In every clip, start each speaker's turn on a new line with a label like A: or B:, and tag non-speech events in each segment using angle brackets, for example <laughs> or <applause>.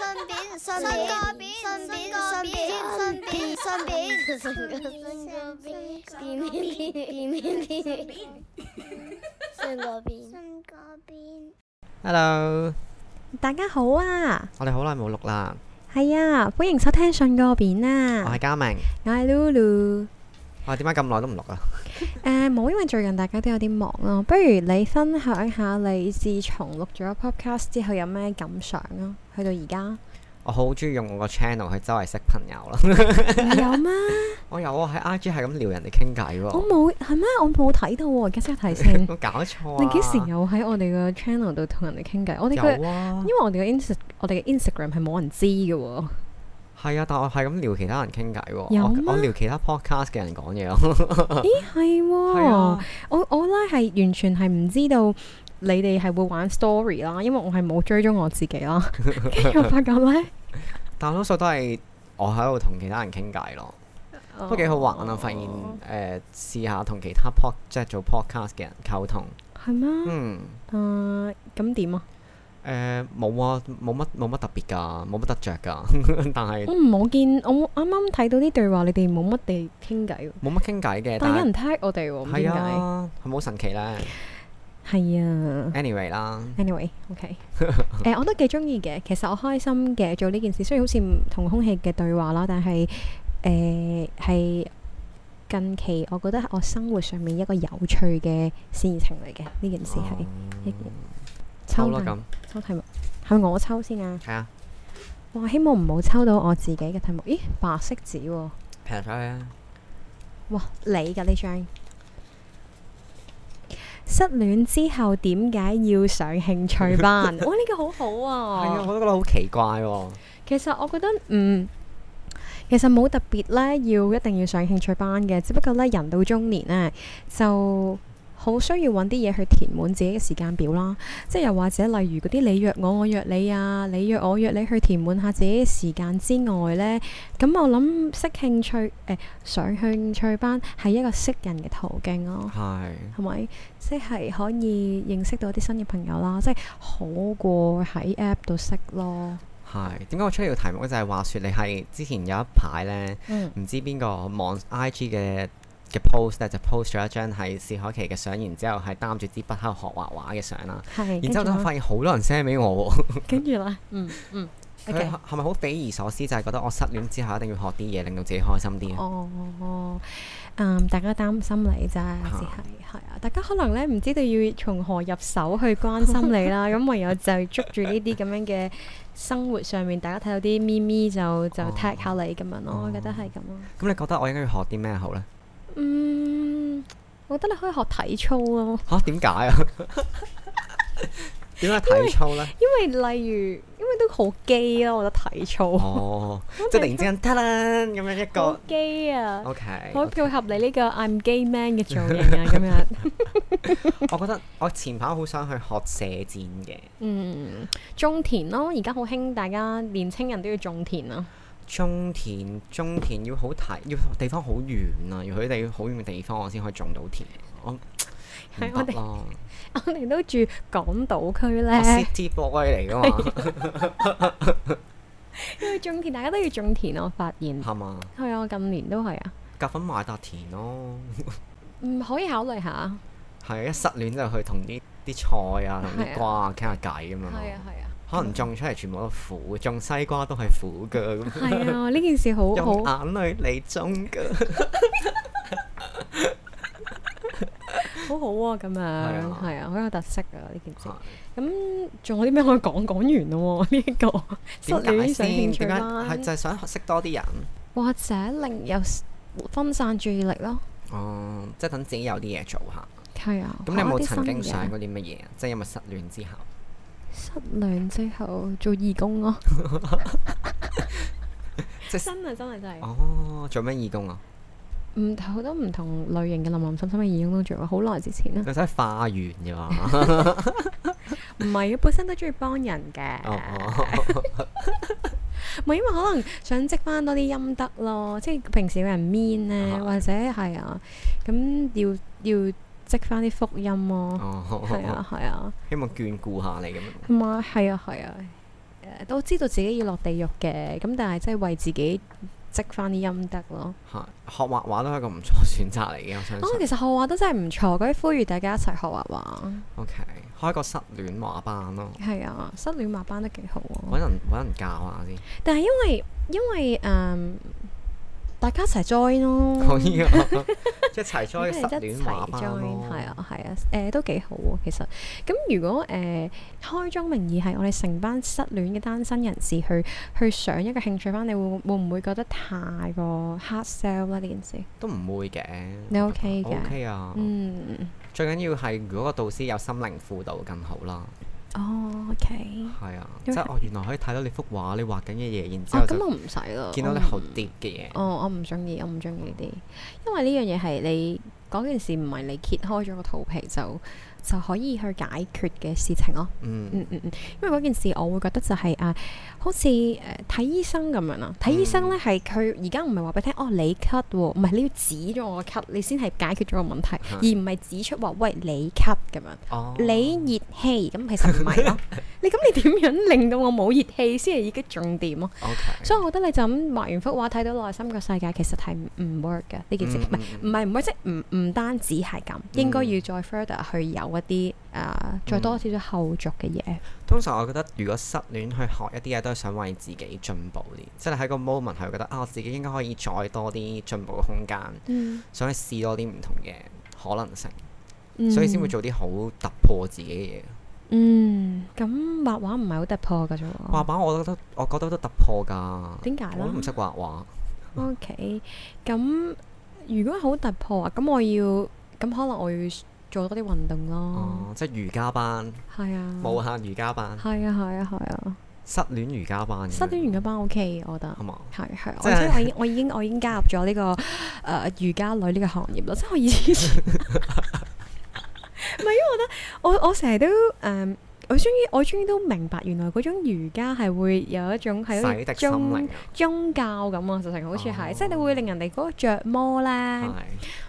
A: 順便順便順便順便順便順便順便順便便便順個便順個便
B: Hello，
C: 大家好啊，
B: 我哋好耐冇錄啦，
C: 係啊，歡迎收聽信個片
B: 我係
C: 啊，
B: 嘉明，
C: 我係 Lulu。
B: 我係點解咁耐都唔錄啊？
C: 誒冇，因為最近大家都有啲忙咯，不如你分享下你自從錄咗 podcast 之後有咩感想啊？去到
B: <laughs>
C: 而家
B: 我好中意用我個 channel 去周圍識朋友
C: 嗯
B: 啦，
C: 你有咩？
B: 我有啊，喺 IG 係咁撩人哋傾偈
C: 我
B: 喎，
C: 冇係咩？我冇睇到喎，而家先睇
B: <laughs>
C: 先。
B: 有搞錯啊！
C: 你幾時有喺我哋個 channel 度同人哋傾偈？我哋嘅
B: 有啊
C: 因？為我哋嘅 ins 我哋嘅 Instagram 係冇人知嘅喎。
B: <laughs> 係啊，但我係咁撩其他人傾偈喎，
C: 有
B: 我我
C: 咩
B: 撩其他 podcast 嘅人講嘢
C: <laughs>
B: 咯，
C: 咦係
B: 啊係啊
C: 喎，我我咧係完全係唔知道你哋係會玩 story 啦，因為我係冇追蹤我自己啦。
B: <laughs>
C: 跟住我發覺咧，
B: 但多數都係我喺度同其他人傾偈
C: 哦
B: 咯，都幾好玩啊！發現誒試下同其他 pod 即係做 podcast 嘅人溝通，
C: 係咩？
B: 嗯。
C: 誒咁點啊？
B: 誒冇、啊，冇乜冇乜特別㗎，冇乜得着㗎， <laughs> 但係
C: 我唔冇見，我啱啱睇到啲對話，你哋冇乜地傾偈喎，
B: 冇乜傾偈嘅，
C: 但係
B: 但
C: 有人 tag 我哋喎，唔知
B: 係
C: 點解？
B: 啊，係咪好神奇咧
C: 係啊。
B: ？anyway 啦，
C: Anyway，OK，、誒我 <laughs> 都幾中意嘅。其實我開心嘅做呢件事，雖然好似唔同空氣嘅對話啦，但係誒係近期我覺得係我生活上面一個有趣嘅事情嚟嘅。呢件事係、一件
B: 嗯好
C: 抽
B: 哦啦
C: 題
B: 咁，
C: 抽題目，係咪我抽先啊？
B: 係啊，
C: 我希望唔好抽到我自己嘅題目。咦，白色紙喎、
B: 平咗佢啊，
C: 哇！你㗎呢張失戀之後點解要上興趣
B: <laughs>
C: 班？哇！呢、個好好
B: 係
C: 啊，
B: 啊，我都覺得好奇怪喎，
C: 其實我覺得嗯，其實冇特別咧，要一定要上興趣班嘅。只不過咧，人到中年咧，就好需要揾啲嘢去填滿自己嘅時間表啦。即係又或者例如嗰啲你約我，我約你啊，你約我約你去填滿下自己嘅時間之外咧，咁我諗識興趣誒、上興趣班係一個識人嘅途徑咯。
B: 係
C: 係咪？即係可以認識到一啲新嘅朋友啦，即係好過喺 App 度識咯。
B: 係點解我出呢個題目咧？就係話説你係之前有一排咧，
C: 嗯，
B: 唔知邊個網 IG 嘅。嘅 post 咧就 post 咗一張係薛凱琪嘅相，然之後係擔住支筆喺度學畫畫嘅相啦。
C: 係。
B: 然之後
C: 跟住
B: 都
C: 咧
B: 發現好多人 send 俾我喎，
C: 跟住咧，嗯嗯
B: 佢
C: ，OK，
B: 係咪好匪夷所思？就係覺得我失戀之後一定要學啲嘢，令到自己開心啲啊。
C: 哦，嗯，大家擔心你咋，只係係啊，大家可能咧唔知道要從何入手去關心你
B: <laughs>
C: 啦，咁唯有就係捉住呢啲咁樣嘅生活上面，大家睇到啲咪咪就就
B: 哦
C: tag 下你咁樣咯，我覺得係咁咯。
B: 咁你覺得我應該要學啲咩好呢？
C: 嗯，我覺得你可以學體操咯，
B: 嚇點解啊？ <laughs> 點解體操呢？
C: 因為例如因為都好基咯，我覺得體操
B: 哦，即係突然之間嗒啦咁樣一
C: 好
B: 個哦
C: 基啊，
B: OK。
C: 好配合你呢個 I'm gay man 嘅造型
B: <laughs>
C: 啊，咁樣。
B: 我覺得我前排好想去學射箭嘅，
C: 嗯，種田咯，而家好興，大家年青人都要種田啊。 <laughs>
B: 中田中田要好提，要地方好遠啊，要佢哋好遠嘅地方我先可以種到田。我唔
C: 係我
B: 得
C: 哋
B: 咯，
C: 我哋都住港島區
B: 我
C: 咧，
B: city boy 嚟噶嘛，
C: 因為種田，大家都要種田啊。我發現
B: 係嘛？
C: 係啊，我近年都係啊，
B: 夾份買笪田咯。
C: 唔嗯可以考慮下。
B: 係一失戀就去同啲啲菜啊，同
C: 係
B: 啲
C: 啊
B: 瓜啊傾下偈咁樣咯。
C: 係啊，係啊，
B: 可能種出嚟全部都苦，種西瓜都係苦嘅
C: <laughs>
B: 咁，
C: 係啊，呢件事好
B: 用
C: 好
B: 眼淚嚟種嘅。
C: 好好啊，咁樣
B: 啊
C: 係啊，好有特色啊呢件事
B: 係。
C: 咁仲有啲咩可以講？講完咯喎，呢一 <laughs> 個
B: 點
C: 失
B: 解哎
C: 戀上
B: 先？
C: 興趣
B: 點解係
C: 班
B: 就，係想識多啲人？
C: 或者令有分散注意力咯。
B: 哦，即係等自己有啲嘢做下。
C: 係啊，
B: 咁你有
C: 學
B: 冇
C: 一啲
B: 曾
C: 新
B: 經
C: 嘢
B: 想過啲乜嘢啊？即係因為失戀之
C: <laughs>
B: 後，
C: 失戀之後做義工咯，
B: <laughs> 即係
C: 真係真係真係，
B: 哦，做咩義工啊？
C: 唔好多唔同類型嘅林林森森嘅義工都做過，好耐之前啦。
B: 你想去化緣嘅嘛？
C: <laughs> 唔係啊，本身都中意幫人嘅，
B: 哦，
C: 唔係因為可能想積翻多啲陰德咯，即係平時有人 mean 咧，
B: 係
C: 或者係啊，咁要要積翻啲福音咯，係
B: 哦，
C: 啊係啊，
B: 希望眷顧下你咁樣。
C: 同埋係啊係啊，誒、呃都知道自己要落地獄嘅，咁但係即係為自己積翻啲陰德咯。
B: 嚇學畫畫都係一個唔錯選擇嚟嘅，我相
C: 哦，
B: 信。
C: 其實學畫都真係唔錯，嗰啲呼籲大家一齊學畫畫，
B: O K，開個失戀畫班咯，
C: 係啊，失戀畫班都幾好喎。
B: 揾人揾人教下先。 <laughs>
C: 但係因為因為誒、嗯大家一齊 join 咯，
B: 可以啊，
C: <laughs>
B: 一齊
C: 咁
B: join 失
C: 你一
B: 戀
C: 齊
B: 畫班
C: join
B: 咯。
C: 係啊係啊，誒、都幾好喎、其實。咁如果誒、開宗明義係我哋成班失戀嘅單身人士去去上一個興趣班，你會會唔會覺得太過 hard sell 咧呢件事？
B: 都唔會嘅。
C: 你 OK 嘅
B: O K 啊，
C: 嗯，
B: 最緊要係如果個導師有心靈輔導更好啦。
C: 哦，OK。
B: 係啊，即
C: 因為
B: 係我原來可以睇到你幅畫，你畫緊嘅嘢，然之
C: 哦
B: 後，
C: 咁我
B: 就
C: 唔使啦。
B: 見到你
C: 我唔
B: 後跌嘅嘢。
C: 哦，我唔中意，我唔中意呢啲，因為呢樣嘢係你嗰件事唔係你揭開咗個肚皮就就可以去解決嘅事情咯。
B: 嗯，
C: 嗯嗯嗯，因為嗰件事我會覺得就係、啊，好似誒睇醫生咁樣啦，啊睇醫生咧係佢而家唔係話俾你聽，哦你咳喎，唔係你要指咗我咳，你先係解決咗個問題，而唔係指出話喂你咳咁樣。
B: 哦，
C: 你熱氣咁其實唔係咯，你咁你點樣令到我冇熱氣先係已經重點啊咯。
B: O K，
C: 所以我覺得你就咁畫完幅畫，睇到內心個世界，其實係唔唔 work 嘅呢件事，
B: 嗯
C: 唔係唔係唔 work，即係唔唔單止係咁，應該要再 further 去有一啲啊，再多少少後續嘅嘢。
B: 通常我覺得，如果失戀去學一啲嘢，都係想為自己進步啲，即係喺個 moment 係會覺得啊，我自己應該可以再多啲進步嘅空間，
C: 嗯，
B: 想去試多啲唔同嘅可能性，所以先會做啲好突破自己嘅嘢。
C: 嗯。咁畫畫唔係好突破㗎啫
B: 畫
C: 喎。
B: 畫我覺得我覺得都突破㗎，
C: 哦點解
B: 我都唔識
C: 啦
B: 畫畫，
C: ？OK。咁如果好突破啊，咁我要咁可能我要做多啲運動咯。
B: 哦，即係瑜伽班，
C: 係啊。
B: 無限瑜伽班，
C: 係啊係啊係啊！
B: 失戀瑜伽班咁樣，
C: 失戀完嗰班 OK，我覺得
B: 係。嘛？
C: 係係，我
B: 即
C: 即係
B: 係
C: 我已我已經我已經加入咗呢、個誒、呃瑜伽女呢個行業啦，即係我以前唔係因為我覺得我我成日都誒、嗯我終於我終於都明白原來嗰種瑜伽係會有一種係
B: 洗
C: 好似
B: 滌心
C: 宗
B: 靈啊，
C: 宗教咁啊，實情好似係，
B: 哦啊
C: 即係你會令人哋嗰個著魔咧，
B: 係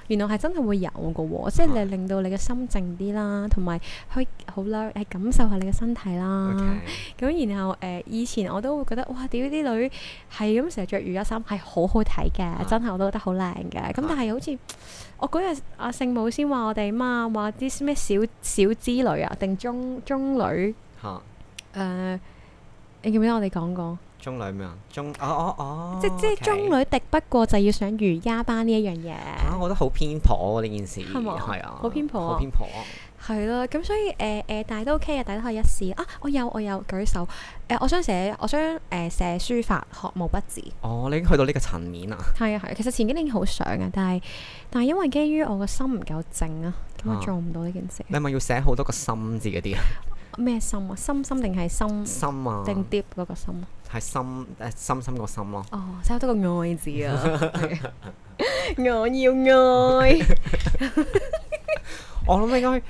C: 原來係真係會有嘅喎，即係
B: 係
C: 你令到你嘅心靜啲啦，同埋去好啦，係感受下你嘅身體啦。
B: OK，
C: 咁然後誒、呃以前我都會覺得哇，屌啲女係咁成日着瑜伽衫係好好睇
B: 啊
C: 嘅，真係我都覺得好靚嘅。咁但係好似我嗰日阿聖母先話我哋嘛，話啲咩小小資女啊，定中中女誒、
B: 嚇
C: 呃你記唔記得我哋講過
B: 中女咩啊？中哦哦哦，
C: 即即
B: OK
C: 中女敵不過就要上瑜伽班呢一樣嘢。
B: 啊，我覺得好偏頗喎呢件事，
C: 係嘛
B: 係啊，
C: 好偏頗啊
B: 好偏頗。
C: 係咯，咁所以誒誒、呃但係都 OK 嘅，大家可以一試啊！我有我有舉手誒、呃我想寫我想誒、呃、寫書法，學毛筆字。
B: 哦，你已經去到呢個層面啊，
C: 係啊係啊，其實前幾年好想啊，但係但係因為基於我個心唔夠靜啊，咁
B: 啊
C: 啊做唔到呢件事。
B: 你係咪要寫好多個心字嗰啲啊？
C: 咩心啊？心心定係心
B: 心啊，
C: 定 deep 嗰個心啊？
B: 係心誒心心個心咯。
C: 哦，即係多個愛字啊！
B: <laughs>
C: <laughs> 我要愛，
B: 我諗應該誒、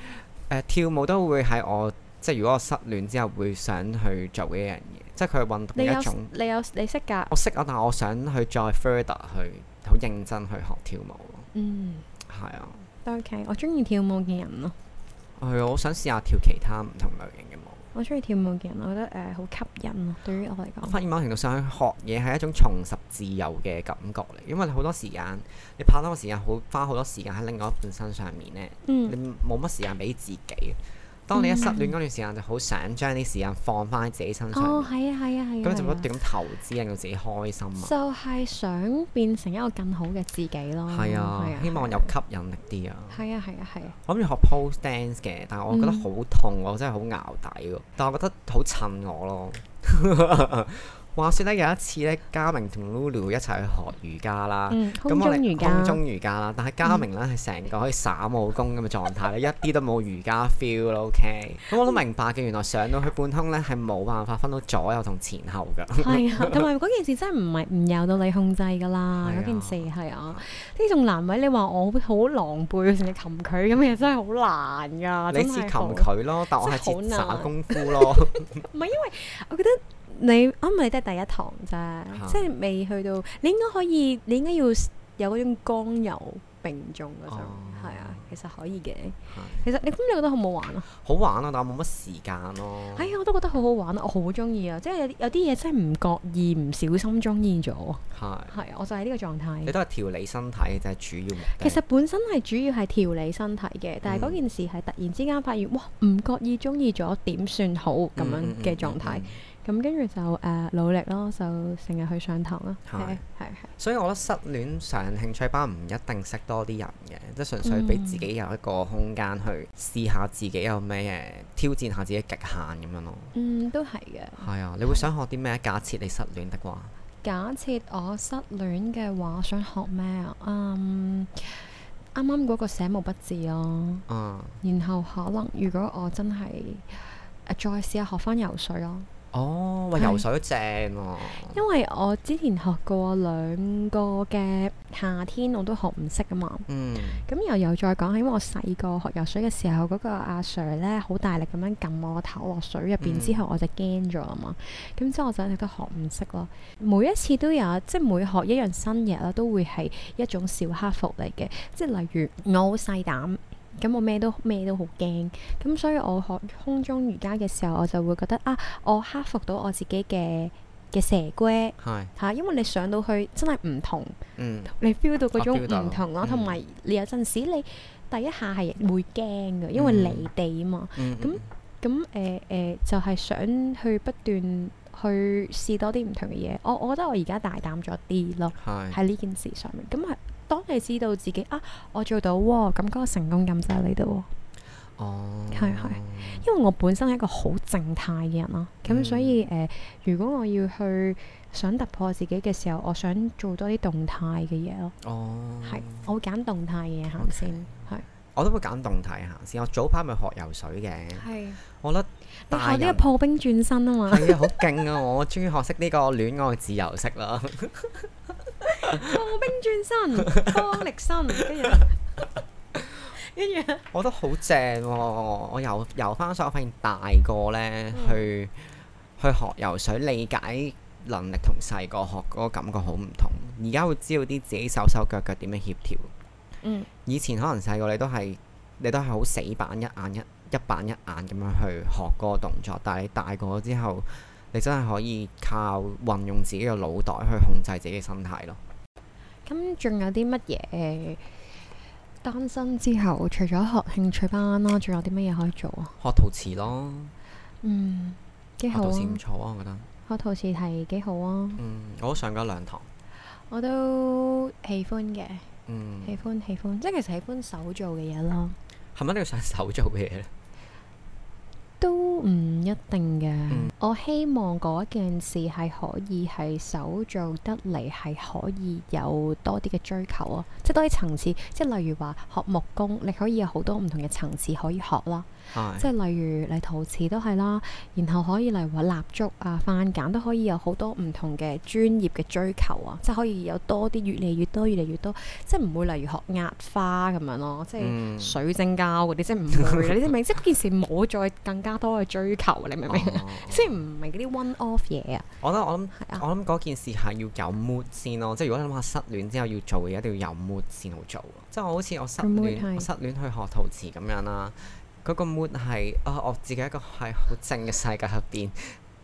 B: 呃跳舞都會係我即係如果我失戀之後會想去做嘅一樣嘢，即係佢係運動
C: 你
B: 嘅
C: 有
B: 一種。
C: 你有你識㗎？
B: 我識啊，但係我想去再 further 去好認真去學跳舞咯。
C: 嗯，
B: 係啊，
C: 都 OK。我中意跳舞嘅人咯，
B: 係啊，我想試下跳其他唔同類型嘅舞。
C: 我中意跳舞嘅人，我覺得誒好、吸引啊！對於我嚟
B: 我
C: 講，
B: 發現某程度上去學嘢係一種重拾自由嘅感覺嚟，因為你好多時間你拍拖嘅時間好花好多時間喺另外一半身上面咧，
C: 嗯
B: 你冇乜時間俾自己。當你一失戀嗰段時間，就好想將啲時間放翻喺自己身上
C: 哦，
B: 面，
C: 係啊，係啊，係
B: 咁、
C: 啊，
B: 就
C: 係
B: 不
C: 啊
B: 斷咁投資，令到自己開心啊。
C: 就係想變成一個更好嘅自己咯。
B: 係啊，希望有吸引力啲啊！
C: 係啊，係啊，係啊。
B: 我諗住學 post dance 嘅，但係我覺
C: 嗯
B: 得好痛，我真係好熬底喎。但係我覺得好襯我咯。 <laughs> 話說咧，有一次咧，嘉明同 Lulu 一齊去學瑜伽啦。
C: 嗯，
B: 啊咁
C: 空
B: 我
C: 中
B: 哋
C: 瑜伽，
B: 空中瑜伽啦，但係嘉明咧係成個可以耍武功咁嘅狀態咧，
C: 嗯
B: 一啲都冇瑜伽 feel 咯。OK，咁我都明白嘅，原來上到去半空咧係冇辦法分到左右同前後㗎。
C: 係
B: <laughs>
C: 啊，同埋嗰件事真係唔係唔由到你控制㗎啦，
B: 係
C: 嗰
B: 啊
C: 件事係啊，呢種難為你話我好狼狽成日擒佢咁嘅真係好難㗎，
B: 你
C: 真
B: 似擒
C: 係好
B: 佢咯，但我係
C: 真
B: 似
C: 係
B: 耍
C: 好難
B: 功夫咯。
C: 唔係因為我覺得你啱咪你都係第一堂啫，即係未去到，你應該可以，你應該要有嗰種剛柔並重
B: 哦
C: 嗰種，係啊，其實可以嘅。
B: 係
C: 其實你咁你覺得好唔好玩啊？
B: 好玩啊，但我冇乜時間咯。
C: 哎呀，我都覺得好好玩啊！我好中意啊，即係有啲有啲嘢真係唔覺意、唔小心中意咗。
B: 係，
C: 係啊，我就係呢個狀
B: 你
C: 態。
B: 都係調理身體就係主要目的。
C: 其實本身係主要係調理身體嘅，但係嗰件事係突然之間發現，哇！唔覺意中意咗點算好咁
B: 嗯
C: 樣嘅
B: 嗯嗯
C: 狀。態
B: 嗯。
C: 咁跟住就誒、呃努力咯，就成日去上堂啦。
B: 係
C: 係係係。
B: 所以我覺得失戀上興趣班唔一定識多啲人嘅，即係純粹俾自己有一個空間去試下自己有咩嘢，挑戰下自己極限咁樣咯。
C: 嗯，都係嘅。
B: 係啊，你會想學啲咩？假設你失戀的話，
C: 假設我失戀嘅話，想學咩啊？嗯，啱啱嗰個寫毛筆字咯，
B: 嗯，
C: 然後可能如果我真係呃再試下學翻游水咯，
B: 哦，喂，
C: 係
B: 游水都正喎，
C: 因為我之前學過兩個嘅夏天我都學唔識啊嘛。
B: 嗯，
C: 咁又又再講，因為我細個學游水嘅時候，嗰、個阿 Sir 咧好大力咁樣撳我個頭落水入邊
B: 嗯
C: 之後，我就驚咗啊嘛。咁之後我就一直都學唔識咯。每一次都有，即係每學一樣新嘢啦，都會係一種小克服嚟嘅。即係例如我好細膽。咁我咩都咩都好驚，咁所以我學空中瑜伽嘅時候，我就會覺得啊，我克服到我自己嘅嘅蛇龜
B: 係，
C: 嚇、因為你上到去真係唔同
B: 嗯，
C: 你 feel 到嗰種
B: 我 feel 到
C: 唔同咯，
B: 嗯
C: 同埋你有陣時你第一下係會驚嘅，因為
B: 嗯
C: 離地啊嘛。
B: 嗯
C: 咁咁誒誒，就係想去不斷去試多啲唔同嘅嘢。我我覺得我而家大膽咗啲咯，
B: 係，
C: 喺呢件事上面。咁係啊當你知道自己啊，我做到喎，咁嗰個成功感就喺你度喎。
B: 哦，
C: 係係因為我本身係一個好靜態嘅人啦，咁、
B: 嗯
C: 所以誒、呃如果我要去想突破自己嘅時候，我想做多啲動態嘅嘢咯。
B: 哦，
C: 係，我會揀動態嘅嘢行先，係
B: 我都會揀動態行先。我早排咪學游水嘅，
C: 係。
B: 我覺得
C: 你
B: 大
C: 學呢個
B: 人
C: 破冰轉身啊嘛，
B: 係啊，好勁啊！ <laughs> 我終於學識呢個戀愛自由式啦。
C: 破冰轉
B: <laughs>
C: 身，方力申，跟住跟住
B: 我覺得好正喎！我游游翻上，我發現大個呢，去去學游水，理解能力同細個學嗰個感覺好唔同。而家會知道啲自己手手腳腳點樣協調。
C: 嗯
B: 以前可能細個你都係你都係好死板一眼一一板一眼咁樣去學嗰個動作，但係你大個之後，你真係可以靠運用自己嘅腦袋去控制自己嘅身體咯。
C: 咁仲有啲乜嘢？單身之後，除咗學興趣班啦，仲有啲乜嘢可以做啊？
B: 學陶瓷咯，
C: 嗯，幾
B: 學
C: 好
B: 陶
C: 啊
B: 瓷！唔錯啊，我覺得。
C: 學陶瓷係幾好啊，
B: 嗯，我都上咗兩堂。
C: 我都喜歡嘅，
B: 嗯。
C: 喜歡喜歡，即係其實喜歡手做嘅嘢咯，
B: 係咪一定要上手做嘅嘢咧？
C: 都唔一定嘅。
B: 嗯
C: 我希望嗰件事係可以係手做得嚟，係可以有多啲嘅追求啊，即係多啲層次。即係例如話學木工，你可以有好多唔同嘅層次可以學啦。
B: 係
C: 即係例如你陶瓷都係啦，然後可以例如話蠟燭啊、番梘都可以有好多唔同嘅專業嘅追求啊，即係可以有多啲越嚟越多、越嚟越多，即係唔會例如學壓花咁樣咯，即係。
B: 嗯
C: 水晶膠嗰啲，即
B: <laughs>
C: 係唔會啦，啊你知唔明？即係件事冇再更加多嘅追求，你明唔明？
B: 哦
C: <laughs> 即係唔係嗰啲 one off 嘢啊，
B: 我覺得我諗
C: 係啊
B: 我諗嗰件事係要有 mood 先咯，即係如果你諗下失戀之後要做嘅嘢，一定要有 mood 先好做。即係我好似我失
C: 個 mood 係
B: 戀，我失戀去學陶瓷咁樣啦，嗰、個 mood 係啊，我自己一個喺好靜嘅世界入邊，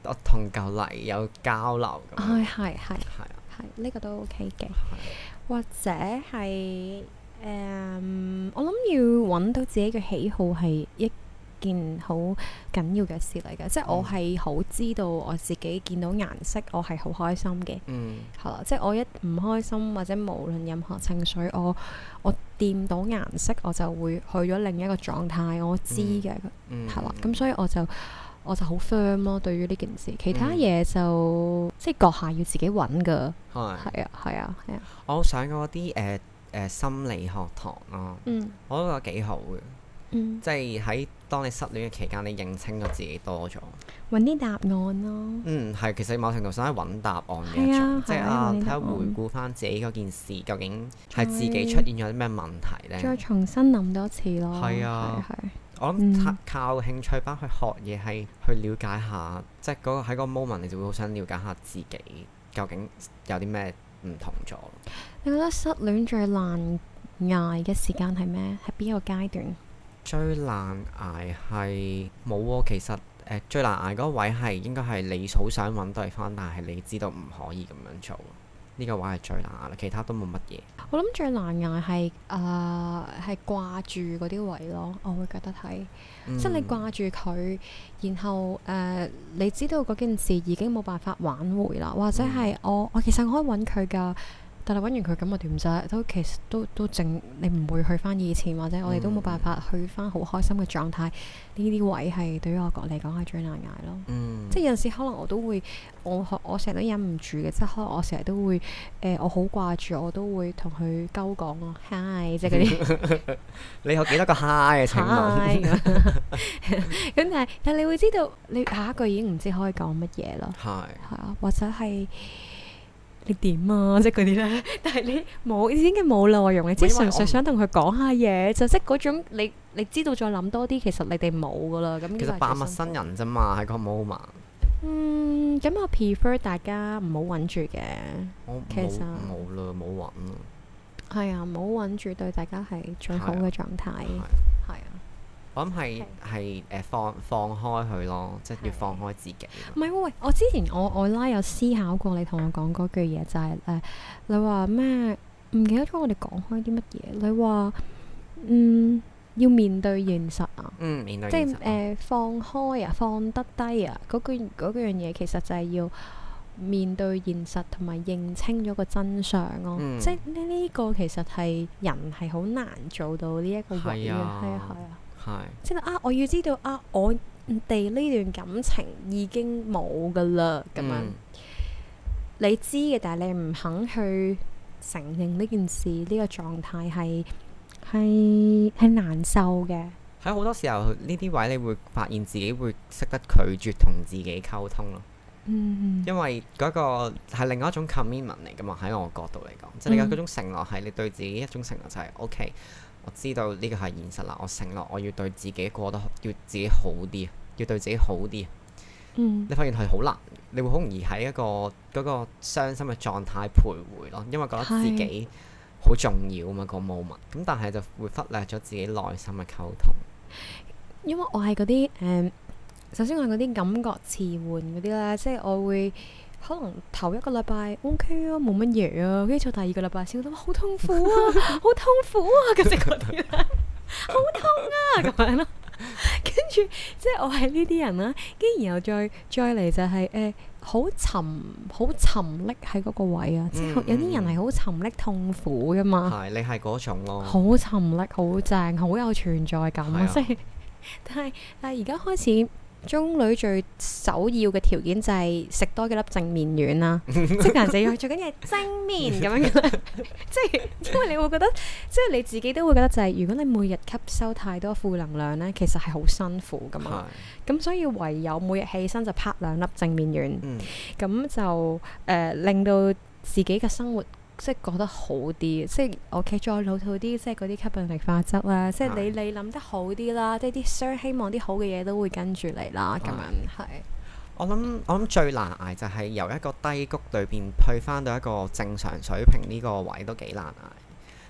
B: 我同嚿泥有交流咁樣。
C: 係係係
B: 係啊，
C: 係，呢個都 OK 嘅，
B: 係啊
C: 或者係誒、我諗要揾到自己嘅喜好係一件好緊要嘅事嚟嘅，即係我
B: 嗯
C: 係好知道我自己見到顏色，我係好開心嘅。
B: 嗯
C: 係啦，即係我一唔開心或者無論任何情緒，我我掂到顏色，我就會去咗另一個狀態，我知嘅
B: 嗯，
C: 係啦。咁、所以我就我就好 firm 咯，對於呢件事，其他
B: 嗯
C: 嘢就、即係閣下要自己揾噶，
B: 係
C: 係啊，係啊，係啊，
B: 我上嗰啲誒誒心理學堂咯，
C: 嗯
B: 我都覺得幾好嘅。
C: 嗯，
B: 即係喺當你失戀嘅期間，你認清咗自己多咗。
C: 揾啲答案咯，
B: 嗯，係，其實某程度上係揾答案嘅
C: 係
B: 一
C: 啊
B: 種，即係
C: 係啊
B: 啊，
C: 揾
B: 睇
C: 啲答
B: 下
C: 案
B: 回顧翻自己嗰件事，究竟係自己
C: 再
B: 出現咗啲咩問題
C: 再
B: 呢？
C: 重新諗多次咯，
B: 係啊
C: 係係
B: 我諗
C: 嗯
B: 靠靠興趣班去學嘢係去了解下，即係嗰個喺個 moment 你就會好想了解下自己究竟有啲咩唔同咗。
C: 你覺得失戀最難捱嘅時間係咩？係邊一個階段？
B: 最難捱係冇喎，其實誒、呃最難捱嗰位係應該係你好想揾對方，但係你知道唔可以咁樣做，呢、個位係最難捱啦，其他都冇乜嘢。
C: 我諗最難捱係啊係掛住嗰啲位咯，我會覺得係，即係你
B: 嗯
C: 掛住佢，然後誒、呃你知道嗰件事已經冇辦法挽回啦，或者係我我其實我可以揾佢㗎。但係揾完佢咁我點啫？都其實都都正，你唔會去翻以前，或者我哋都冇辦法去翻好開心嘅狀態。呢啲位係對於我嚟講係最難捱咯。
B: 嗯，
C: 即係有陣時可能我都會，我學我成日都忍唔住嘅，即係可能我成日都會，誒、呃我好掛住，我都會同佢鳩講咯，hi 即
B: <laughs>
C: 係嗰啲
B: 你有幾
C: <laughs>
B: 多個 high 嘅情 <laughs> 況？
C: hi 咁樣。咁但係但係你會知道，你下一句已經唔知可以講乜嘢咯，
B: 係
C: 係啊，或者係你點啊， <laughs> 即係嗰啲咧。但係你冇已經冇內容，你只係
B: 因為
C: 純粹
B: 我唔
C: 想同佢講下嘢，就即係嗰種你你知道再諗多啲，其實你哋冇噶啦。咁呢
B: 其
C: 個
B: 實
C: 係
B: 扮
C: 最
B: 陌
C: 辛
B: 生
C: 苦
B: 人啫嘛，喺個 moment，
C: 嗯，咁我 prefer 大家唔好揾住嘅，
B: 我
C: 其
B: 冇
C: 實
B: 冇啦，冇揾啦，
C: 係啊，唔好揾住對大家係最好嘅狀態，
B: 係
C: 係啊。
B: 我諗係係誒放放開佢咯，即係要
C: 係
B: 放開自己。
C: 唔係喎喂，我之前我我啦有思考過你同我講嗰句嘢，就係、誒你話咩？唔記得咗我哋講開啲乜嘢？你話嗯要面對現實啊，
B: 嗯，面對
C: 即
B: 現
C: 係
B: 實
C: 誒、
B: 咯。
C: 放開啊，放得低啊，嗰句嗰樣嘢其實就係要面對現實同埋認清咗個真相咯。
B: 嗯
C: 即係呢呢個其實係人係好難做到呢一個位嘅，
B: 係
C: 係
B: 啊
C: 啊係啊，
B: 係
C: 即係啊，我要知道啊，我哋呢段感情已經冇噶啦，咁樣、
B: 嗯
C: 你知嘅，但係你唔肯去承認呢件事，呢、個狀態係係係難受嘅。
B: 喺好多時候呢啲位，你會發現自己會識得拒絕同自己溝通咯，
C: 嗯，
B: 因為嗰個係另外一種 commitment 嚟噶嘛。喺我角度嚟講，即係你有
C: 嗯
B: 嗰種承諾係你對自己一種承諾，就係 OK，我知道呢個係現實啦，我承諾我要對自己過得好要自己好啲，啊要對自己好啲。啊
C: 嗯
B: 你發現係好難，你會好容易喺一個嗰、個傷心嘅狀態徘徊咯，因為覺得自己好重要啊嘛、個 moment，咁但係就會忽略咗自己內心嘅溝通。
C: 因為我係嗰啲誒，首先我係嗰啲感覺遲緩嗰啲咧，即係我會可能頭一個禮拜 OK 啊，冇乜嘢啊，跟住到第二個禮拜先覺得好痛苦啊，好痛苦啊，咁即係嗰啲咧，好痛啊咁樣咯。跟住即係我係呢啲人啦，跟住然後再再嚟就係、誒。好沉好沉溺喺嗰個位啊！之後有啲人係好沉溺痛苦噶嘛，
B: 係、你係嗰種咯，
C: 啊好沉溺，好正，好有存在感
B: 係
C: 啊！
B: 啊
C: 即係， <laughs> 但係但係而家開始，中女最首要嘅條件就係食多幾粒正面丸 <laughs> 啦，即係人就要最緊要係正面咁樣 <laughs> 嘅啦，即係因為你會覺得，即係你自己都會覺得就係、如果你每日吸收太多負能量咧，其實係好辛苦噶嘛
B: 係，
C: 咁所以唯有每日起身就拍兩粒正面丸。
B: 嗯，
C: 咁就誒、呃令到自己嘅生活即係覺得好啲，即係 OK 再老套啲，即係嗰啲吸引力法則啦，即係你你諗得好啲啦，即係啲相希望啲好嘅嘢都會跟住你啦，咁樣係
B: 我諗我諗最難捱就係由一個低谷裏邊去翻到一個正常水平呢個位都幾難捱，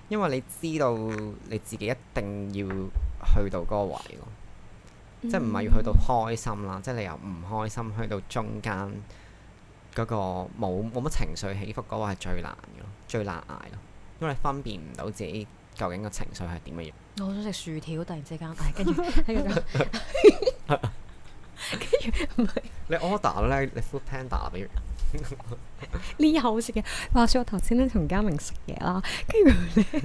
B: 因為你知道你自己一定要去到嗰個位咯。
C: 嗯
B: 即係唔係要去到開心啦，即係你由唔開心去到中間嗰、個冇冇乜情緒起伏嗰個係最難嘅咯，最難捱咯，因為你分辨唔到自己究竟個情緒係點嘅樣。
C: 我想食薯條，突然之間，唉， <laughs> 跟住跟住就
B: 你 order 咧，你 food panda 俾
C: 呢啲好食嘅。話說我頭先咧同嘉明食嘢啦，跟住佢咧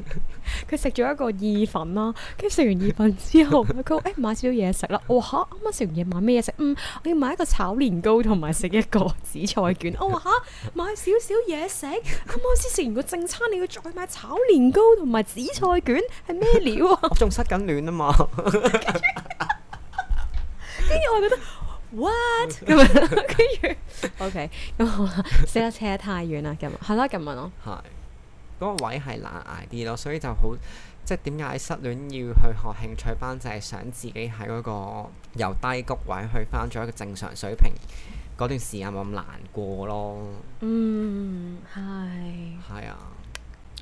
C: 佢食咗一個意粉啦，跟住食完意粉之後，佢話誒買少少嘢食啦。我話嚇啱啱啊食完嘢買咩嘢食？嗯，我要買一個炒年糕同埋食一個紫菜卷。我話吓買少少嘢食，啱啱先食完個正餐，你要再買炒年糕同埋紫菜卷係咩料
B: <laughs>
C: 啊？
B: 我仲失緊戀啊嘛，
C: 跟住我覺得 what 咁樣，跟住 OK 咁好啦，死啦扯得太遠啦，咁樣係啦咁樣咯，
B: 係嗰、個位係難捱啲咯，所以就好即係點解失戀要去學興趣班，就係、想自己喺嗰個由低谷位去翻咗一個正常水平嗰段時間冇咁難過咯，
C: 嗯係。
B: 係啊。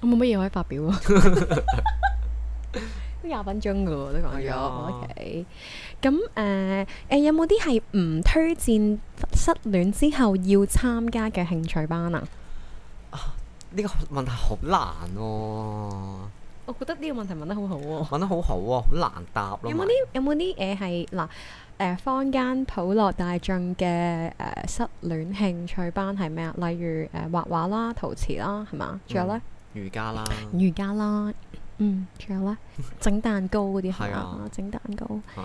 C: 我冇乜嘢可以發表 <laughs> 啊，都廿分鐘噶喎，都講
B: 係
C: 咗。
B: 啊
C: OK，咁誒誒有冇啲係唔推薦失戀之後要參加嘅興趣班啊？
B: 呢個問題好難喎、
C: 我覺得呢個問題問得好好、喎。
B: 問得好好、喎，好難答咯。
C: 有冇啲有冇啲嘢係嗱誒坊間普羅大眾嘅誒失戀興趣班係咩啊？例如誒、畫畫啦、陶瓷啦，係嘛？仲有咧、
B: 瑜伽啦？
C: 瑜伽啦，嗯，仲有咧整蛋糕嗰啲係
B: 係啊
C: 嘛？整蛋糕。
B: 係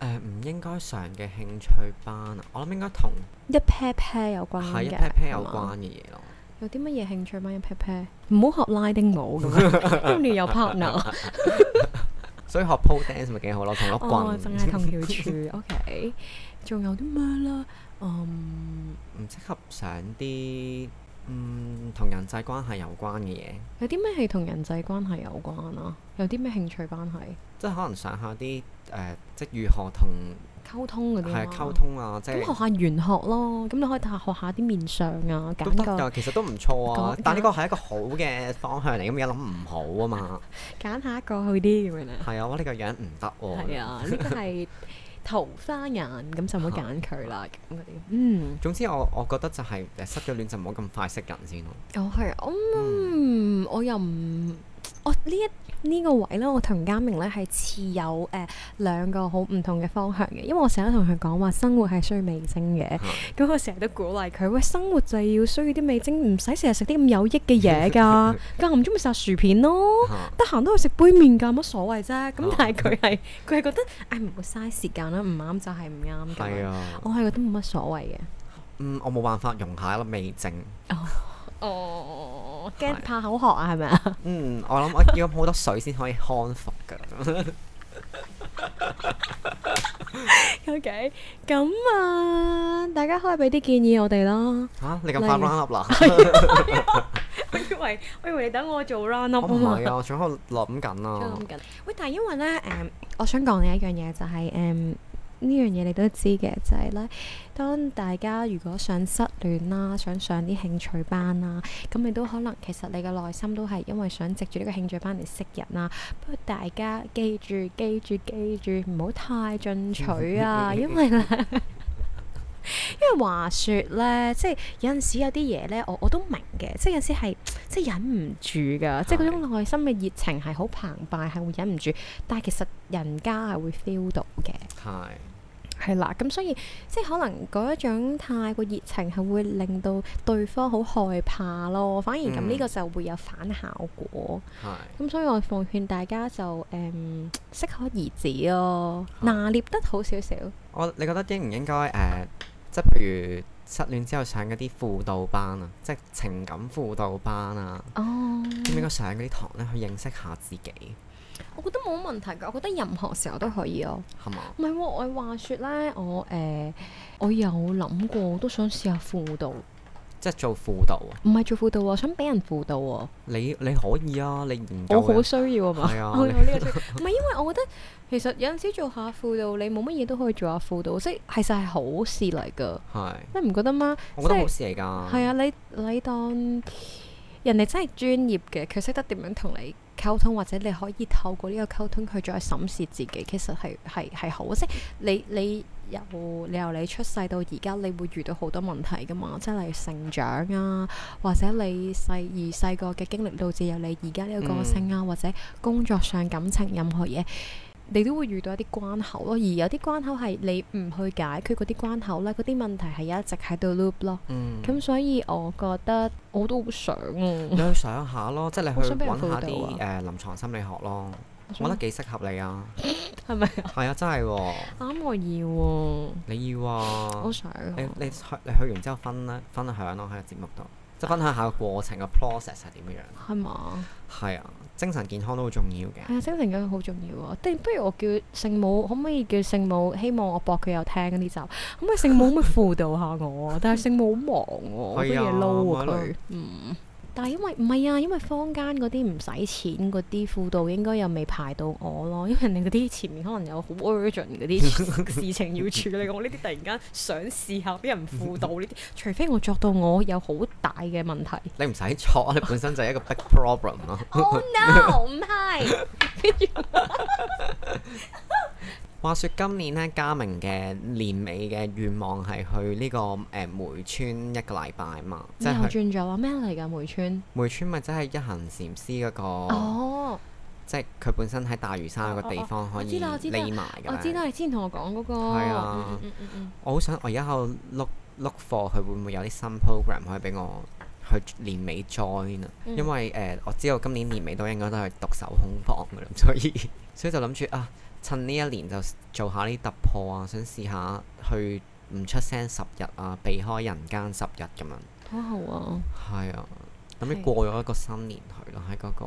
B: 誒唔應該上嘅興趣班啊，我諗應該同
C: 一 pair pair 有關
B: 係
C: 嘅，
B: 一 pair pair 有
C: 係嘛
B: 關。嘅嘢咯。
C: 有啲乜嘢興趣班一 pair pair？唔好學拉丁舞咁
B: <laughs>
C: 樣，因為你有 partner。
B: 所以學 pole dance 咪幾好咯，同碌
C: 哦，
B: 棍
C: 淨係同條柱。OK，仲有啲咩啦？嗯，
B: 唔適合上啲嗯同人際關係有關嘅嘢，
C: 有啲咩係同人際關係有關啊？有啲咩興趣班係
B: 即係可能上下啲誒、呃即係如何同呃
C: 溝通嗰啲啊
B: 係溝。通啊，即
C: 咁
B: 係
C: 學下玄學咯，咁你可以學下啲面相啊，
B: 都
C: 揀
B: 得
C: 個
B: 㗎，其實都唔錯啊
C: 講。
B: 但呢個係一個好嘅方向嚟，咁而家諗唔好啊嘛。
C: 揀下一個好啲咁樣咧。
B: 係啊，我呢個樣唔得喎。
C: 係啊，呢個係桃花眼，咁就唔好揀佢 <laughs> 啦。咁嗰啲，嗯。
B: 總之我我覺得就係誒失咗戀就唔好咁快識人先咯。
C: 哦，係啊，我嗯，我又唔，我呢一呢、個位咧，我同嘉明咧係持有誒、呃、兩個好唔同嘅方向嘅，因為我成日都同佢講話生活係需要味精嘅，咁我成日都鼓勵佢，喂，生活就要需要啲味精，唔使成日食啲咁有益嘅嘢 <laughs> 㗎，間唔中咪食下薯片咯。
B: 嚇
C: 得閒都去食杯麵㗎，乜所謂啫？咁
B: 哦
C: 但係佢係佢係覺得，唉唔好嘥時間啦，唔啱就係唔啱
B: 係
C: 㗎。
B: 啊，
C: 我係覺得冇乜所謂嘅。
B: 嗯，我冇辦法用下一粒味精。
C: 哦，驚怕口渴啊，係咪啊？
B: 嗯，我諗我要飲好多水先可以康復㗎。 <laughs>
C: OK，咁啊，大家可以俾啲建議我哋啦。
B: 嚇，你咁快
C: 例如
B: round
C: <laughs>
B: up 啦？
C: 我以為我以為你等我做 round
B: 我
C: up 啊
B: 唔
C: 嘛
B: 係。啊，我仲喺度諗緊
C: 仲
B: 啊
C: 諗。緊喂，但係因為咧，誒、我想講你一樣嘢就係、誒、呢樣嘢你都知嘅，就係、咧，當大家如果想失戀啦，想上啲興趣班啦，咁你都可能其實你嘅內心都係因為想藉住呢個興趣班嚟識人啦。不過大家記住記住記住，唔好太進取啊，因為咧。 <laughs> 因為話說咧，即係有陣時有啲嘢咧，我我都明嘅，即係有陣時係即係忍唔住㗎，即係嗰種內心嘅熱情係好澎湃，係會忍唔住。但係其實人家係會 feel 到嘅，
B: 係。
C: 係啦。咁所以即係可能嗰一種太過熱情係會令到對方好害怕咯，反而咁呢
B: 嗯
C: 個就會有反效果。
B: 係，
C: 咁所以我奉勸大家就誒、嗯適可而止咯，
B: 好
C: 拿捏得好少少。
B: 我你覺得應唔應該誒、呃即係譬如失戀之後上嗰啲輔導班啊，即係情感輔導班啊，
C: 哦，
B: 應唔應該上嗰啲堂咧去認識下自己，
C: 我覺得冇問題㗎，我覺得任何時候都可以咯。
B: 係嘛？
C: 唔係喎，我話説咧，我誒、呃我有諗過，我都想試下輔導，唔
B: 即係做輔導啊！
C: 係做輔導喎，想俾人輔導喎，
B: 你你可以啊，你研究
C: 我好
B: 嘅
C: 需要啊嘛，
B: 係啊
C: <laughs> 我有
B: 你
C: 呢個需要，唔係因為我覺得其實有陣時做下輔導，你冇乜嘢都可以做下輔導，即係其實係好事嚟㗎，
B: 係，
C: 你唔覺得嗎？
B: 我覺得
C: 即係
B: 好事嚟㗎。
C: 係啊，你你當人哋真係專業嘅，佢識得點樣同你溝通，或者你可以透過呢個溝通去再審視自己，其實係係係好，即係你你由你由你出世到而家，你會遇到好多問題噶嘛，即係例如成長啊，或者你細而細個嘅經歷導致有你而家呢個個性啊，或者工作上感情任何嘢。你都會遇到一啲關口咯，而有啲關口係你唔去解決嗰啲關口咧，嗰啲問題係一直喺度 loop 咯。
B: 嗯，
C: 咁所以我覺得我都好想
B: 你
C: 啊，
B: 去上下咯，即係你
C: 我
B: 去
C: 想俾人
B: 揾下啲呃
C: 輔導啊
B: 誒臨床心理學咯，我覺得幾適合你啊。
C: <laughs> 係咪啊？
B: 係啊，真係喎，
C: 啱我要
B: 你要
C: 啊，
B: 啊
C: 我。想啊。
B: 你你去你去完之後分啦，分享咯喺個節目度，即係分享下個過程個 process 係點樣樣。
C: 係嘛？
B: 係啊，精神健康都好重要嘅。
C: 係啊，精神健康好重要啊！定不如我叫聖母，可唔可以叫聖母？希望我博佢有聽呢集，可唔可以聖母可唔可以輔導下我啊？但係聖母好忙喎，好多
B: 係啊
C: 嘢撈
B: 咪係
C: 啊
B: 咯
C: 佢。嗯，但係因為唔係啊，因為坊間嗰啲唔使錢嗰啲輔導應該又未排到我咯，因為你嗰啲前面可能有好 urgent 嗰啲事情要處理，我呢啲突然間想試下俾人輔導呢啲，除非我作到我有好大嘅問題。
B: <laughs> 你唔使錯，你本身就係一個 big <laughs> problem 咯。
C: Oh no！唔係，
B: 話說今年咧，嘉明嘅年尾嘅願望係去呢、個誒、呃梅村一個禮拜嘛，即
C: 咩我
B: 係去
C: 轉咗啦？咩嚟㗎梅村？
B: 梅村咪即係一行禪師嗰、個，
C: 哦，
B: 即係佢本身喺大嶼山嗰個地方可
C: 我知
B: 以
C: 啦我知啦
B: 匿埋㗎
C: 我
B: 啦。
C: 知道你之前同我講嗰個。
B: 係啊
C: 嗯嗯嗯嗯
B: 我好想我而家喺度 look look for 佢會唔會有啲新 program 可以俾我去年尾 join 啊？
C: 嗯
B: 因為誒、呃我知道今年年尾都應該都係獨守空房㗎啦， <laughs> 所以所以就諗住啊，趁呢一年就做下啲突破啊，想試下去唔出聲十日啊，避開人間十日咁樣。
C: 嗯，好好啊。
B: 係啊，諗
C: 係
B: 住過咗一個新年去咯，喺嗰、個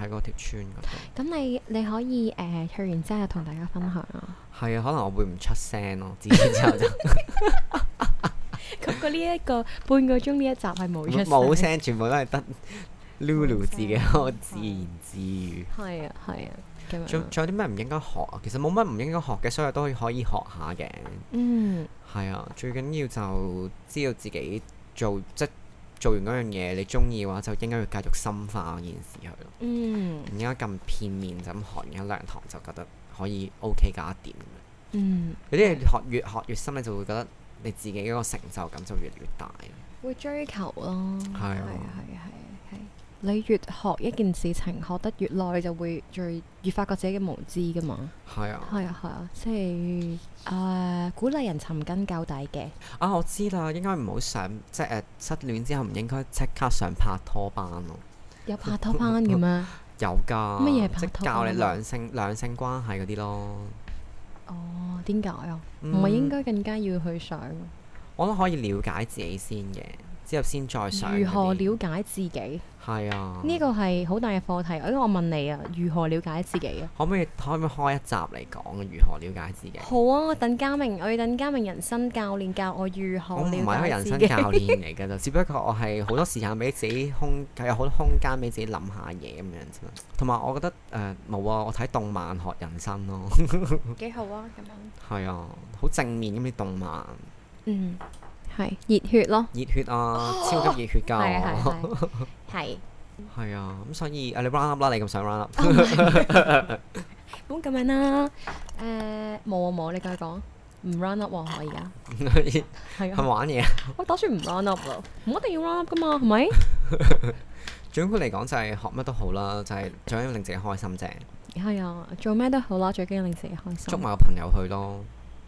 B: 喺嗰條村嗰度。
C: 咁你你可以誒、呃去完之後同大家分享啊。
B: 係啊，可能我會唔出聲咯，自此之後就
C: <laughs> 咁佢呢一個半個鐘呢一集係冇出
B: 冇，聲，全部都
C: <laughs>
B: 係得 Lulu 自己喺度自言自語。
C: 係啊係啊咁樣
B: 仲
C: 啊。
B: 仲有啲咩唔應該學啊？其實冇乜唔應該學嘅，所有都可以可以學下嘅。
C: 嗯，
B: 係啊，最緊要就知道自己做即做完嗰樣嘢，你中意嘅話，就應該要繼續深化嗰件事去咯。
C: 嗯
B: 唔應該咁片面就咁學完一兩堂就覺得可以 OK 搞一掂咁樣。
C: 嗯，
B: 有啲嘢學越學越深，你就會覺得你自己嗰個成就感就越嚟越大。
C: 會追求咯。係
B: 啊
C: 係啊係啊係。你越學一件事情，學得越耐，你就會最越發覺自己嘅無知噶嘛。
B: 係啊。
C: 係啊係啊，即係誒、呃鼓勵人尋根究底嘅。
B: 啊，我知啦，應該唔好上即係誒、呃失戀之後唔應該即刻上拍拖班咯。
C: 有
B: <laughs>
C: 拍拖班嘅咩？
B: 有㗎，
C: 乜嘢拍
B: 即
C: 拖
B: 教你
C: 班啊
B: 兩性兩性關係嗰啲咯。
C: 哦，點解啊？唔
B: 嗯
C: 係應該更加要去上？
B: 我都可以了解自己先嘅，之後先再上。
C: 如何了？解自己？
B: 係啊，
C: 呢個係好大嘅課題。因為我問你啊，如何了解自己啊？
B: 可唔可以可唔可以開一集嚟講如何了解自己？
C: 好啊，我等嘉明，我要等嘉明人生教練教我如何
B: 我哦唔係
C: 了
B: 一個
C: 解
B: 人
C: 自
B: 生
C: 己。
B: 教練嚟㗎，就 <laughs> 只不過我係好多時間俾自己空，有好多空間俾自己諗下嘢咁樣啫嘛。同埋我覺得誒冇、啊，我睇動漫學人生咯，<laughs>
C: <laughs> 幾好啊，咁樣。
B: 係啊，好正面咁啲動漫，
C: 嗯，係熱血咯，
B: 熱血啊，超級熱血㗎，
C: 哦係啊
B: <laughs>
C: 係係係。
B: 係啊，咁所以誒你 round up 啦，你咁想 round up。
C: 哦咁咁樣啦，誒冇啊冇，你繼續講。唔 run up 喎，我
B: <laughs>
C: 而家
B: <laughs> 係
C: 係
B: 咪
C: 啊，
B: 玩嘢？
C: 我打算唔 run up 咯，唔一定要 run up 噶嘛，係咪？
B: 總括嚟講就係學乜都好啦，就
C: 嗯
B: 係最緊要令自己開心啫。
C: 係啊，做咩都好啦，最緊要令自己開
B: 捉
C: 心。
B: 埋個朋友去咯，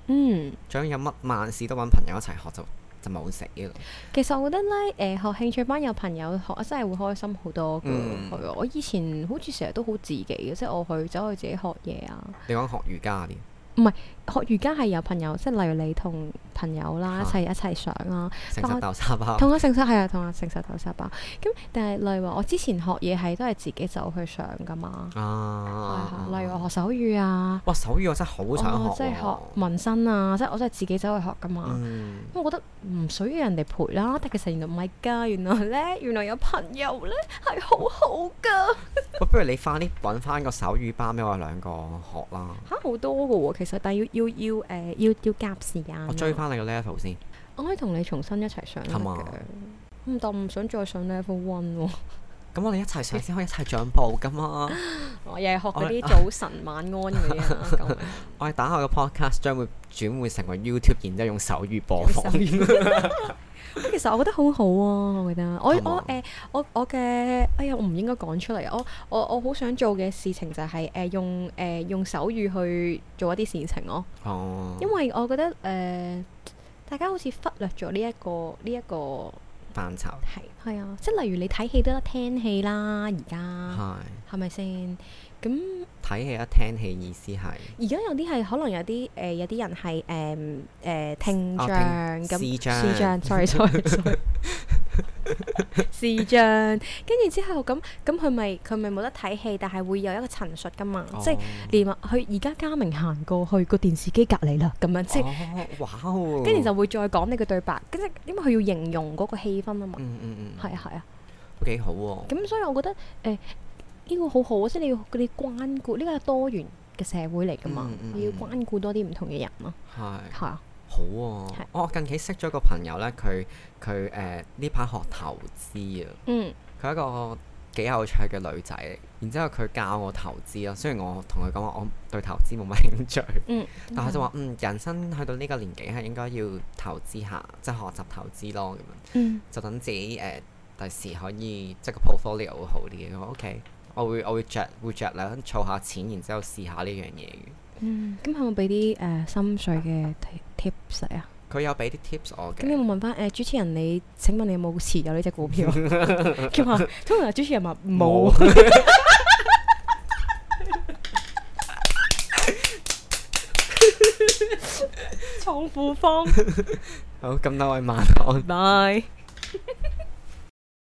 C: 嗯。
B: 最緊要乜萬事都揾朋友一齊學就就冇死嘅啦。
C: 其實我覺得咧，誒、學興趣班有朋友學，真係會開心好多㗎。
B: 嗯
C: 係啊、我以前好似成日都好自己嘅，即係我去走去自己學嘢啊。
B: 你講學瑜伽嗰啲，
C: 學瑜伽係有朋友，即係例如你同朋友啦，一
B: 嚇
C: 齊一齊上啦，
B: 成實豆沙包，
C: 同我誠實係啊，同我誠實頭沙包。咁但係例如話，我之前學嘢係都係自己走去上㗎嘛。係啊
B: 啊，
C: 例如我學手語啊，
B: 哇手語我真係好想
C: 我即係
B: 學喎，
C: 學紋身啊，即係我真係自己走去學㗎嘛。
B: 嗯，
C: 咁我覺得唔需要人哋陪啦，但其實原來唔係㗎，原來 <laughs> 咧，原來有朋友咧係好好㗎，
B: 喂不如你快啲揾翻個手語班俾我哋兩個學啦，
C: 嚇好多㗎喎，其實但係要要要誒、呃要要夾時間啊。
B: 我追翻你個 level 先。
C: 我可以同你重新一齊上得
B: Come
C: 嘅
B: on，
C: 咁但唔想再上 level one 喎，
B: 咁我哋一齊
C: 嗯
B: 上先可以一齊進步噶嘛。
C: <laughs> 我又係學嗰啲早晨晚安嗰啲啊，咁
B: <laughs>
C: 樣
B: 我哋打後嘅 podcast 將會轉換成為 YouTube，然之後用手語播放。
C: 其實我覺得好好啊，我覺得我
B: Come
C: 我
B: on
C: 誒我我嘅哎呀，我唔應該講出嚟。我我我好想做嘅事情就係、誒、呃用誒、用手語去做一啲事情咯。
B: <laughs> 哦，
C: 因為我覺得誒、呃大家好似忽略咗呢一個呢一、個
B: 範疇
C: 係係啊，即係例如你睇戲都得聽戲啦，而家
B: 係
C: 係咪先？咁
B: 睇戲一聽戲意思係
C: 而家有啲係可能有啲誒、呃有啲人係誒誒聽
B: 哦
C: 障
B: 聽
C: 咁
B: 視障
C: 視障
B: <laughs>
C: ，sorry sorry sorry。視障，跟住之後咁咁佢咪佢咪冇得睇戲，但係會有一個陳述噶嘛，即係
B: 哦
C: 連話佢而家嘉明行過去個電視機隔離啦，咁樣即係
B: 哦，哇哦！
C: 跟住就會再講你嘅對白，跟住因為佢要形容嗰個氣氛啊嘛，
B: 嗯嗯嗯，
C: 係啊係啊，
B: 都幾好喎、
C: 咁所以我覺得誒呢、個好好，即係你要你關顧呢個係多元嘅社會嚟噶嘛，
B: 嗯嗯
C: 你要
B: 嗯
C: 關顧多啲唔同嘅人咯，
B: 係。
C: 係啊，
B: 好喎、
C: 係
B: 我近期識咗個朋友咧，佢佢誒呢排學投資啊，
C: 嗯
B: 佢係一個幾有趣嘅女仔嚟。然之後佢教我投資咯，雖然我同佢講話我對投資冇乜興趣，
C: 嗯，
B: 但係佢就話嗯人生去到呢個年紀係應該要投資下，即係學習投資咯咁樣，
C: 嗯
B: 就等自己誒第時可以即係個 portfolio 會好啲嘅。我話 OK，我會我會著會著量儲下錢，然之後試下呢樣嘢嘅。
C: 嗯，咁係咪俾啲誒心水嘅 ti- tips 啊？
B: 佢有俾啲 tips 我
C: 咁有
B: 嘅，
C: 冇問翻誒主持人你？請問你有冇持有呢只股票啊？佢話通常主持人話冇，創富方
B: 好咁多位晚安。
C: 拜。